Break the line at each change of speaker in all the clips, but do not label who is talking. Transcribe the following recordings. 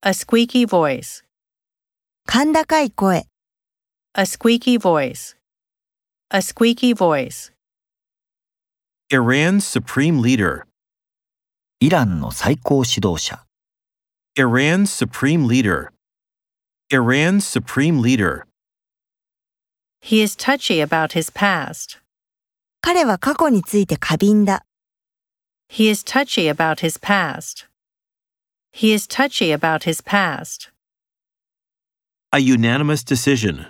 A squeaky voice.
甲高い声、
A squeaky voice. A squeaky voice.
Iran's supreme leader.
イランの最高指導者
Iran's supreme leader. Iran's supreme leader.
He is touchy about his past.
彼は過去について過敏だ。
He is touchy about his past. He is touchy about his past.
A unanimous decision.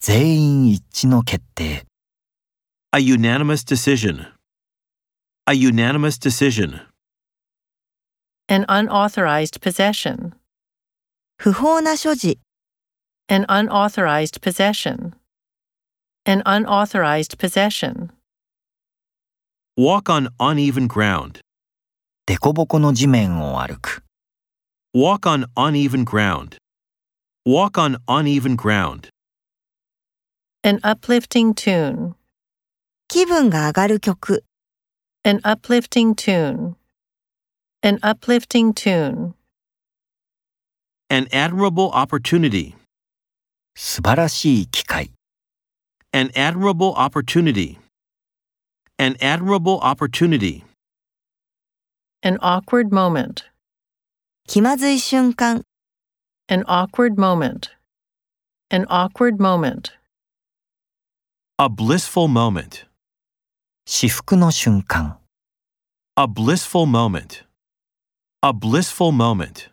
全員一致の決定
A unanimous decision. A unanimous decision.
An unauthorized possession.
不法な所持、
An unauthorized possession. An unauthorized possession.
Walk on uneven ground.
凸凹の地面を歩く
Walk on uneven ground. Walk on uneven ground.
An uplifting tune.
気分が上がる曲、
An uplifting tune. An uplifting tune.
An admirable opportunity.
素晴らしい機会
An admirable opportunity. An admirable opportunity.
An awkward moment.
気まずい瞬間、
An awkward moment. An awkward moment.
A blissful moment.
至福の瞬間
A blissful moment. A blissful moment.